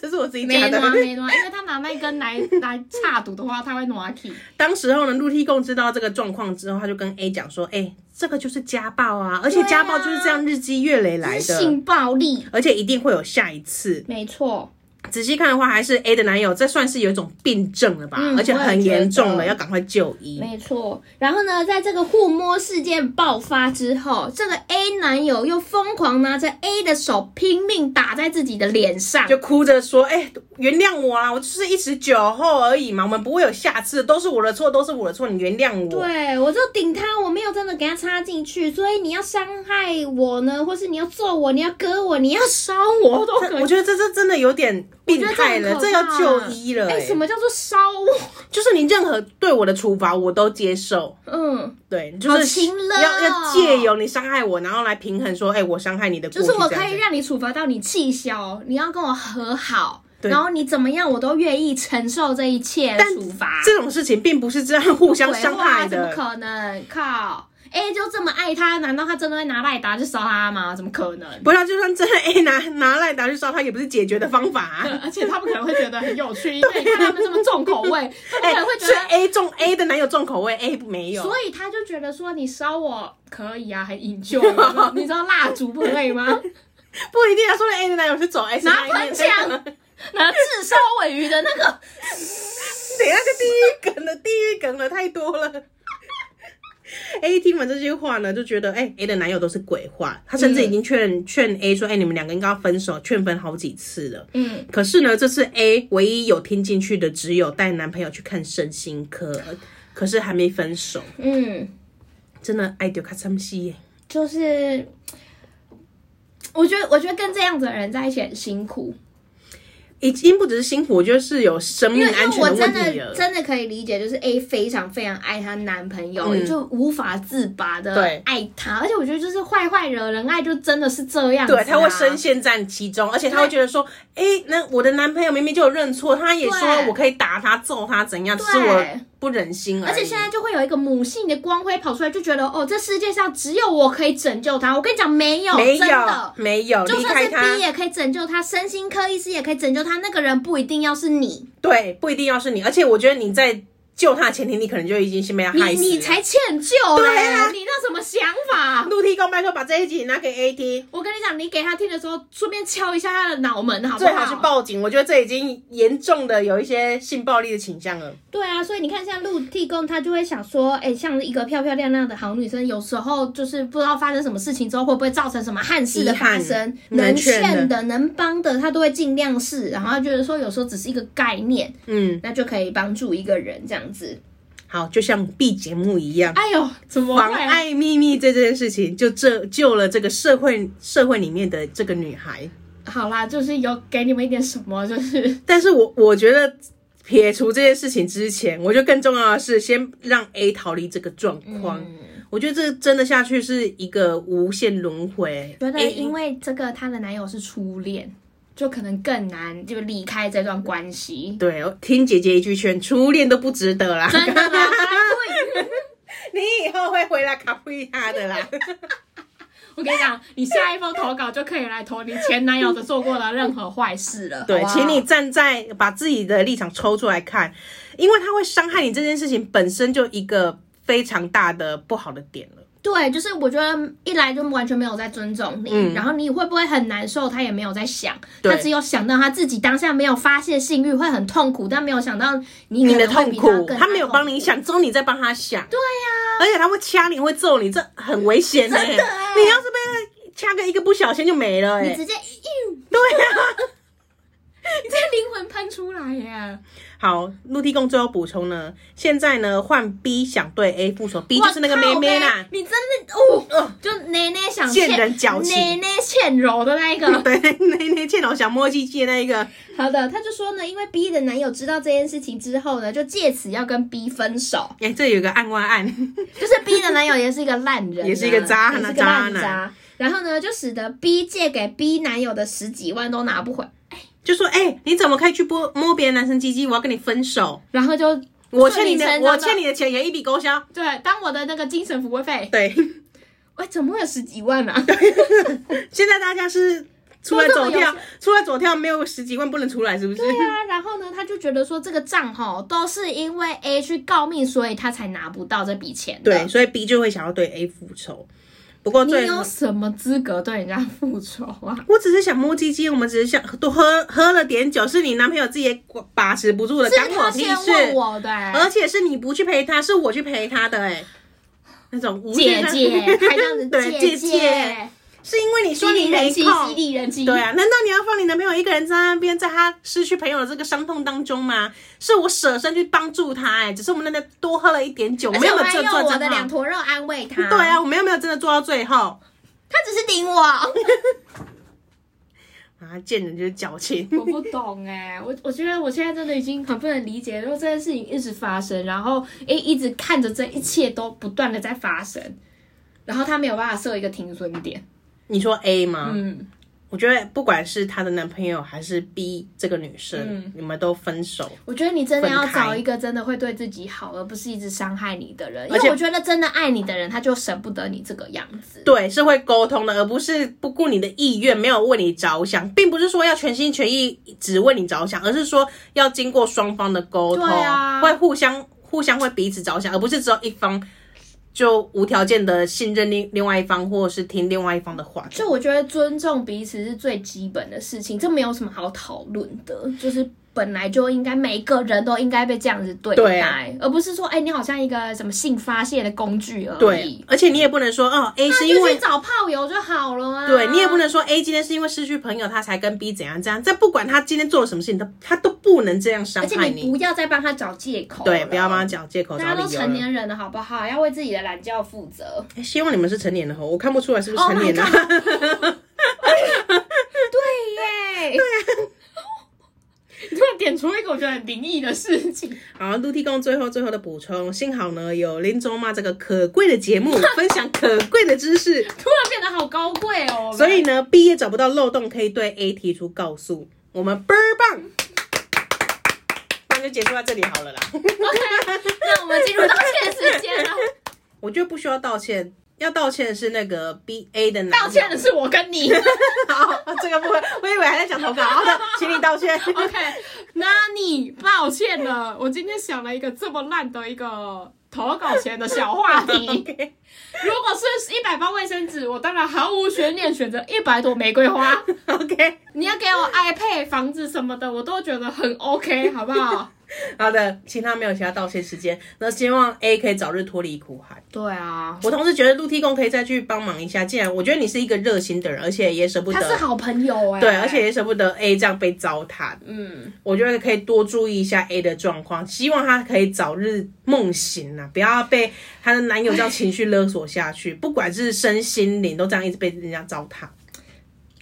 Speaker 1: 这是我自己
Speaker 2: 没
Speaker 1: 讲
Speaker 2: 挪
Speaker 1: 的。
Speaker 2: 没挪，因为他拿那根来来插赌的话，他会挪起。
Speaker 1: 当时候呢，陆地共知道这个状况之后，他就跟 A 讲说，哎、这个就是家暴啊，而且家暴就是这样日积月累来的。
Speaker 2: 性暴力，
Speaker 1: 而且一定会有下一次。
Speaker 2: 没错，
Speaker 1: 仔细看的话，还是 A 的男友，这算是有一种病症了吧？
Speaker 2: 嗯
Speaker 1: 而且
Speaker 2: 我也
Speaker 1: 很严重
Speaker 2: 觉
Speaker 1: 了，
Speaker 2: 得
Speaker 1: 要赶快就医。
Speaker 2: 没错。然后呢，在这个互摸事件爆发之后，这个 A 男友又疯狂拿着 A 的手拼命打在自己的脸上，
Speaker 1: 就哭着说：“哎、原谅我啊，我就是一时酒后而已嘛，我们不会有下次，都是我的错，都是我的错，你原谅我。”，
Speaker 2: 对我就顶他，我没有真的给他插进去，所以你要伤害我呢，或是你要揍我，你要割我，你要烧我都可以。
Speaker 1: 我觉得这这真的有点病态了，
Speaker 2: 我
Speaker 1: 这
Speaker 2: 觉得这
Speaker 1: 要
Speaker 2: 很可怕
Speaker 1: 就医了、
Speaker 2: 哎、
Speaker 1: 哎
Speaker 2: 什么叫做烧我？
Speaker 1: 就是你任何对我的处罚，我都接受。
Speaker 2: 嗯，
Speaker 1: 对，
Speaker 2: 好
Speaker 1: 就是
Speaker 2: 亲热哦
Speaker 1: 要要借由你伤害我，然后来平衡说：“哎、我伤害你的过
Speaker 2: 就
Speaker 1: 去。”
Speaker 2: 是我
Speaker 1: 这
Speaker 2: 可以
Speaker 1: 样子
Speaker 2: 让你处罚到你气消，你要跟我和好，
Speaker 1: 对
Speaker 2: 然后你怎么样我都愿意承受这一切的处罚。
Speaker 1: 这种事情并不是这样互相伤害
Speaker 2: 怎么
Speaker 1: 的。
Speaker 2: 可能？靠！哎、就这么爱他，难道他真的会拿赖打去烧他吗？怎么可能？
Speaker 1: 不要，就算 *laughs* 真的 A 拿拿赖打去烧，他也不是解决的方法、
Speaker 2: *laughs*
Speaker 1: 啊。
Speaker 2: *laughs* 而且他们可能会觉得很有趣，因为你看他们这么重口味，他们
Speaker 1: 哎、
Speaker 2: 可能会觉
Speaker 1: 是
Speaker 2: 得
Speaker 1: A 中 A 的男友重口味，A 没有。
Speaker 2: 所以他就觉得说你烧我可以啊，很 enjoy，你知道蜡烛不可以吗？
Speaker 1: 不一定啊，说的 A 的男友是走 S
Speaker 2: 拿
Speaker 1: 那一面
Speaker 2: 喷枪
Speaker 1: 那个
Speaker 2: *laughs* 拿炙烧尾鱼的那个，
Speaker 1: 等一下啊就地狱梗了，地狱梗了太多了。A 听完这些话呢，就觉得哎、a 的男友都是鬼话，他甚至已经劝劝、A 说，哎、你们两个应该要分手，劝分好几次了。
Speaker 2: 嗯，
Speaker 1: 可是呢，这次 A 唯一有听进去的，只有带男朋友去看身心科，可是还没分手，
Speaker 2: 嗯，
Speaker 1: 真的哎爱丢卡三西耶。
Speaker 2: 就是，我觉得我觉得跟这样子的人在一起很辛苦，
Speaker 1: 已经不只是辛苦，我觉得是有生
Speaker 2: 因
Speaker 1: 命
Speaker 2: 为因
Speaker 1: 安
Speaker 2: 为
Speaker 1: 全
Speaker 2: 我
Speaker 1: 问
Speaker 2: 真
Speaker 1: 题
Speaker 2: 的
Speaker 1: 了。
Speaker 2: 真的可以理解，就是 A 非常非常爱她男朋友，
Speaker 1: 嗯
Speaker 2: 就无法自拔的
Speaker 1: 对
Speaker 2: 爱他，而且我觉得就是坏坏惹人爱，就真的是这样、啊
Speaker 1: 对，他会深。陷在其中，而且他会觉得说，哎、那我的男朋友明明就有认错，他也说
Speaker 2: 对
Speaker 1: 我可以打他、揍他怎样，只
Speaker 2: 对
Speaker 1: 是我不忍心已
Speaker 2: 而且现在就会有一个母性的光辉跑出来，就觉得哦，这世界上只有我可以拯救他。我跟你讲，没有，
Speaker 1: 没
Speaker 2: 真
Speaker 1: 有
Speaker 2: 的，
Speaker 1: 没有
Speaker 2: 就
Speaker 1: 离
Speaker 2: 算
Speaker 1: 开
Speaker 2: 是
Speaker 1: 他
Speaker 2: B 也可以拯救他，身心科医师也可以拯救他那个人不一定要是你，
Speaker 1: 对，不一定要是你，而且我觉得你在救他的前提，你可能就已经先被他
Speaker 2: 你
Speaker 1: 害死了。
Speaker 2: 你才歉疚嘞、
Speaker 1: 对啊
Speaker 2: 你那什么想法？
Speaker 1: 陆地公拜托把这一集拿给 AT，
Speaker 2: 我跟你讲，你给他听的时候，顺便敲一下他的脑门，好不
Speaker 1: 最好去报警。我觉得这已经严重的有一些性暴力的倾向了。
Speaker 3: 对啊，所以你看，像陆地公他就会想说，哎、像一个漂漂亮亮的好女生，有时候就是不知道发生什么事情之后，会不会造成什么憾事的发
Speaker 1: 遗憾
Speaker 3: 生？
Speaker 1: 能
Speaker 3: 能
Speaker 1: 劝的
Speaker 3: 劝的、能帮的，他都会尽量试。然后他觉得说，有时候只是一个概念，
Speaker 1: 嗯，
Speaker 3: 那就可以帮助一个人这样子。
Speaker 1: 好，就像 B 节目一样。
Speaker 2: 哎呦，怎
Speaker 1: *laughs*
Speaker 2: 么
Speaker 3: 啊
Speaker 1: 妨
Speaker 2: 会？
Speaker 1: 碍秘密这件事情，就这救了这个社会社会里面的这个女孩。
Speaker 2: 好啦，就是有给你们一点什么，就是
Speaker 1: 但是我我觉得，撇除这件事情之前，我觉得更重要的是先让 A 逃离这个状况。
Speaker 2: 嗯
Speaker 1: 我觉得这真的下去是一个无限轮回。
Speaker 2: 觉得
Speaker 1: A-
Speaker 2: 因为这个她的男友是初恋，就可能更难就离开这段
Speaker 1: *laughs*
Speaker 2: 关系。
Speaker 1: 对，听姐姐一句劝，初恋都不值得啦。
Speaker 2: 真的吗？
Speaker 1: *laughs* 你以后会回来卡布伊他的啦。
Speaker 2: 我跟你讲，你下一封投稿就可以来投你前男友的做过的任何坏事了。
Speaker 1: 对，
Speaker 2: 好不好
Speaker 1: 请你站在把自己的立场抽出来看，因为他会伤害你这件事情本身就一个非常大的不好的点了。
Speaker 2: 对，就是我觉得一来就完全没有在尊重你，然后你会不会很难受，他也没有在想，
Speaker 1: 嗯对
Speaker 2: 他只有想到他自己当下没有发泄性欲会很痛苦，但没有想到
Speaker 1: 你
Speaker 2: 你你
Speaker 1: 的痛苦，他没有帮
Speaker 2: 你。
Speaker 1: 你想，只有你在帮他想。对呀、而且他会掐你，会揍你，这很危险、欸。真的、你要是被他掐个一个不小心就没了、欸，
Speaker 2: 你直接，
Speaker 1: 对啊呀、
Speaker 2: 你这灵魂喷出来耶！
Speaker 1: *laughs* 好，陆地公最后补充呢，现在呢换 B 想对 A 复仇，B 就是那个
Speaker 2: 哇靠
Speaker 1: 妹妹
Speaker 2: 呗
Speaker 1: 啦，
Speaker 2: 你真的哦，就奶奶想
Speaker 1: 见人矫情
Speaker 2: 奶奶欠柔的那一个，
Speaker 1: *laughs* 对，那那欠我小摸鸡鸡的那一个，
Speaker 2: *laughs*
Speaker 3: 好的，他就说呢，因为 B 的男友知道这件事情之后呢，就借此要跟 B 分手。
Speaker 1: 哎、这有个案外案，
Speaker 3: 就是 B 的男友也是一个烂人啊、
Speaker 1: 也是一个渣男
Speaker 3: 也是个烂
Speaker 1: 渣
Speaker 3: 渣。然后呢，就使得 B 借给 B 男友的十几万都拿不回，
Speaker 1: 就说哎、你怎么可以去摸摸别的男生鸡鸡？我要跟你分手，
Speaker 2: 然后就
Speaker 1: 我欠你
Speaker 2: 顺理
Speaker 1: 的，
Speaker 2: 成章
Speaker 1: 我欠你的钱也一笔勾销。
Speaker 2: 对当我的那个精神抚慰
Speaker 1: *laughs*
Speaker 2: 费，
Speaker 1: 对，哎
Speaker 3: 喂，怎么会有十几万
Speaker 2: *laughs*
Speaker 3: 啊？
Speaker 1: 现在大家是出来
Speaker 2: 出这么
Speaker 1: 走
Speaker 2: 有
Speaker 1: 跳
Speaker 2: 钱，
Speaker 1: 出来走跳没有十几万不能出来，是不是？
Speaker 2: 对啊，然后呢，他就觉得说这个账吼都是因为 A 去告密，所以他才拿不到这笔钱的。
Speaker 1: 对，，所以 B 就会想要对 A 复仇。不过
Speaker 2: 你
Speaker 1: 最后
Speaker 2: 有，什么资格对人家复仇啊？
Speaker 1: 我只是想摸鸡鸡，我们只是想多喝喝了点酒，是你男朋友自己也把持不住的，
Speaker 2: 是
Speaker 1: 干 *laughs* 我
Speaker 2: 他
Speaker 1: 屁
Speaker 2: 先问
Speaker 1: 事。
Speaker 2: 我的、欸
Speaker 1: 而且是你不去陪他，是我去陪他的、哎，那种无
Speaker 2: 姐
Speaker 1: 限
Speaker 2: 姐，还这样
Speaker 1: *laughs*
Speaker 2: 子
Speaker 1: 对姐
Speaker 2: 姐
Speaker 1: 姐，，是因为你说
Speaker 2: 犀
Speaker 1: 你
Speaker 2: 利人
Speaker 1: 没
Speaker 2: 妻，
Speaker 1: 空
Speaker 2: 犀。利人妻，
Speaker 1: 对啊，难道你要放你男朋友一个人在那边，在他失去朋友的这个伤痛当中吗？是我舍身去帮助他、哎，只是我们那天多喝了一点酒，
Speaker 3: 而且
Speaker 1: 没有
Speaker 3: 我
Speaker 1: 没有
Speaker 3: 还
Speaker 1: 做
Speaker 3: 用
Speaker 1: 做
Speaker 3: 我
Speaker 1: 真
Speaker 3: 的两
Speaker 1: 好。
Speaker 3: 坨肉安慰他。
Speaker 1: *laughs* 对，啊，我们又没有真的做到最后
Speaker 3: 他只是顶我。
Speaker 1: 啊，见人就是矫情。
Speaker 2: *laughs*
Speaker 1: *laughs*
Speaker 2: 我不懂哎、我我觉得我现在真的已经很不能理解，如果这件事情一直发生，然后诶、一直看着这一切都不断的在发生，然后他没有办法设一个停损点。
Speaker 3: 嗯
Speaker 1: 你说 A 吗？
Speaker 2: 嗯，
Speaker 1: 我觉得不管是她的男朋友还是 B 这个女生，
Speaker 3: 嗯
Speaker 1: 你们都分手。
Speaker 2: 我觉得你真的要
Speaker 1: 分开
Speaker 2: 找一个真的会对自己好，而不是一直伤害你的人，因
Speaker 1: 而且
Speaker 2: 为我觉得真的爱你的人，他就舍不得你这个样子。
Speaker 1: 对，是会沟通的，而不是不顾你的意愿，没有为你着想，并不是说要全心全意只为你着想，而是说要经过双方的沟通，
Speaker 2: 对啊
Speaker 1: 会互相互相会彼此着想，而不是只有一方就无条件的信任另另外一方，或者是听另外一方的话。
Speaker 2: 就我觉得尊重彼此是最基本的事情，这没有什么好讨论的，就是本来就应该每个人都应该被这样子对待，
Speaker 1: 对啊
Speaker 2: 而不是说，哎、你好像一个什么性发泄的工具而
Speaker 1: 对
Speaker 2: 已，，
Speaker 1: 而且你也不能说哦，A
Speaker 2: 那
Speaker 1: 是因
Speaker 2: 就
Speaker 1: 为
Speaker 2: 去找炮友就好了啊。
Speaker 1: 对你也不能说 A 今天是因为失去朋友，他才跟 B 怎样怎样。这不管他今天做了什么事情，他他都不能这样伤
Speaker 3: 而且
Speaker 1: 害
Speaker 3: 你不要再帮他找借口。
Speaker 1: 对，不要帮他。讲借口、
Speaker 3: 大
Speaker 1: 找
Speaker 3: 啊家都
Speaker 1: 理由
Speaker 3: 成
Speaker 1: 了。
Speaker 3: 年人了，好不好？要为自己的懒觉负责。
Speaker 1: *laughs* 诶希望你们是成年的吼，我看不出来是不是
Speaker 2: Oh
Speaker 1: 成
Speaker 2: my
Speaker 1: 年的。
Speaker 2: god！
Speaker 3: 对耶，
Speaker 1: 啊
Speaker 2: *laughs* 你突然点出一个我觉得很灵异的事情，
Speaker 1: *laughs* 好，陆地公最后最后的补充，幸好呢有林周妈这个可贵的 *laughs* 节目，分享可贵的知识，
Speaker 2: 突然变得好高贵哦。
Speaker 1: 所以呢 B 也找不到漏洞可以对 A 提出告诉，我们倍儿棒。那就结束在这里好 *laughs*
Speaker 2: *laughs*
Speaker 1: 了啦，
Speaker 2: OK，那我们进入到现实间了。
Speaker 1: 我觉得不需要道歉，要道歉的是那个 B A 的男友
Speaker 2: 道
Speaker 1: *laughs*
Speaker 2: 歉的是我跟你。
Speaker 1: 好，这个部分我以为还在讲投稿，好的，请你道 *laughs* 歉。
Speaker 2: *laughs* OK，那你抱歉了，我今天想了一个这么烂的一个投稿前的小话 *laughs* 题。如果是一百包卫生纸，我当然毫无悬念选择一百朵玫瑰花。
Speaker 1: OK，
Speaker 2: 你要给我 iPad、房子什么的，我都觉得很 OK，好不好？
Speaker 1: 好的，其他没有其他道歉时间。那希望 A 可以早日脱离苦海。
Speaker 2: *laughs* 对啊，
Speaker 1: 我同时觉得陆地公可以再去帮忙一下，既然我觉得你是一个热心的人，而且也舍不
Speaker 2: 他是
Speaker 1: 得，
Speaker 2: 好朋友哎、
Speaker 1: 对，而且也舍不得 A 这样被糟蹋。
Speaker 2: 嗯，
Speaker 1: 我觉得可以多注意一下 A 的状况，希望她可以早日梦醒啊，不要被她的男友这样情绪勒索下去，不管是身心灵都这样一直被人家糟蹋。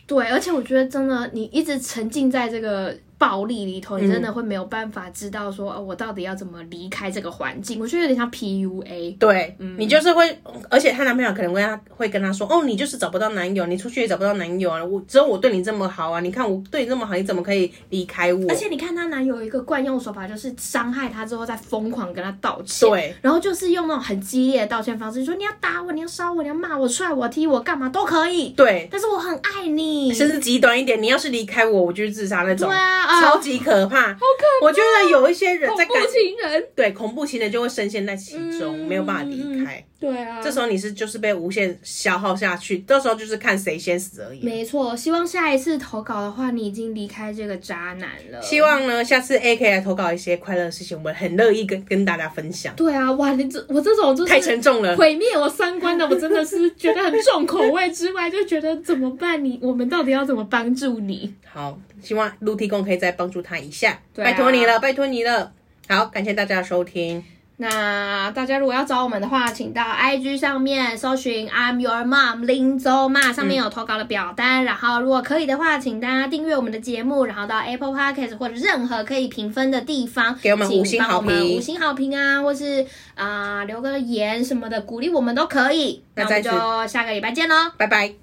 Speaker 2: 对，而且我觉得真的，你一直沉浸在这个暴力里头，你
Speaker 1: 嗯
Speaker 2: 真的会没有办法知道说，呃我到底要怎么离开这个环境。我觉得有点像 PUA。
Speaker 1: 对、嗯
Speaker 2: 嗯
Speaker 1: 你就是会，而且她男朋友可能会她会跟她说，哦，你就是找不到男友，你出去也找不到男友啊，我只有我对你这么好啊，你看我对你这么好，你怎么可以离开我？
Speaker 2: 而且你看，她男友有一个惯用手法，就是伤害她之后再疯狂跟她道歉，
Speaker 1: 对，
Speaker 2: 然后就是用那种很激烈的道歉方式，说你要打我，你要烧我，你要骂我、踹我、踢我，干嘛都可以，
Speaker 1: 对，
Speaker 2: 但是我很爱你，
Speaker 1: 甚至极端一点，你要是离开我，我就是自杀那种，
Speaker 2: 对啊啊
Speaker 1: 超级可怕。好可怕！我觉得有一些人在感
Speaker 2: 情人，
Speaker 1: 对恐怖情人就会深陷在其中，没有办法离开。
Speaker 2: 对啊，
Speaker 1: 这时候你是就是被无限消耗下去，到时候就是看谁先死而已。
Speaker 2: 没错。希望下一次投稿的话，你已经离开这个渣男了。
Speaker 1: 希望呢，下次 A K 来投稿一些快乐的事情，我们很乐意跟跟大家分享。
Speaker 2: 对啊，哇，你这我这种就
Speaker 1: 太沉
Speaker 2: 是
Speaker 1: 重了，
Speaker 2: 毁灭我三观的，我真的是觉得很重口味之外，就觉得怎么办你？我们到底要怎么帮助你？
Speaker 1: 好，希望陆地公可以再帮助他一下，
Speaker 2: 对啊
Speaker 1: 拜托你了，拜托你了。好，感谢大家的收听，
Speaker 2: 那大家如果要找我们的话，请到 IG 上面搜寻 I'm Your Mom 林州嘛，
Speaker 1: 嗯
Speaker 2: 上面有投稿的表单。然后如果可以的话，请大家订阅我们的节目，然后到 Apple Podcast 或者任何可以评分的地方
Speaker 1: 给我们
Speaker 2: 请
Speaker 1: 五星
Speaker 2: 帮我们
Speaker 1: 好评
Speaker 2: 五星好评啊，或是啊、留个言什么的，鼓励我们都可以。
Speaker 1: 那
Speaker 2: 那我们
Speaker 1: 再
Speaker 2: 就
Speaker 1: 次
Speaker 2: 下个礼拜见喽，
Speaker 1: 拜拜。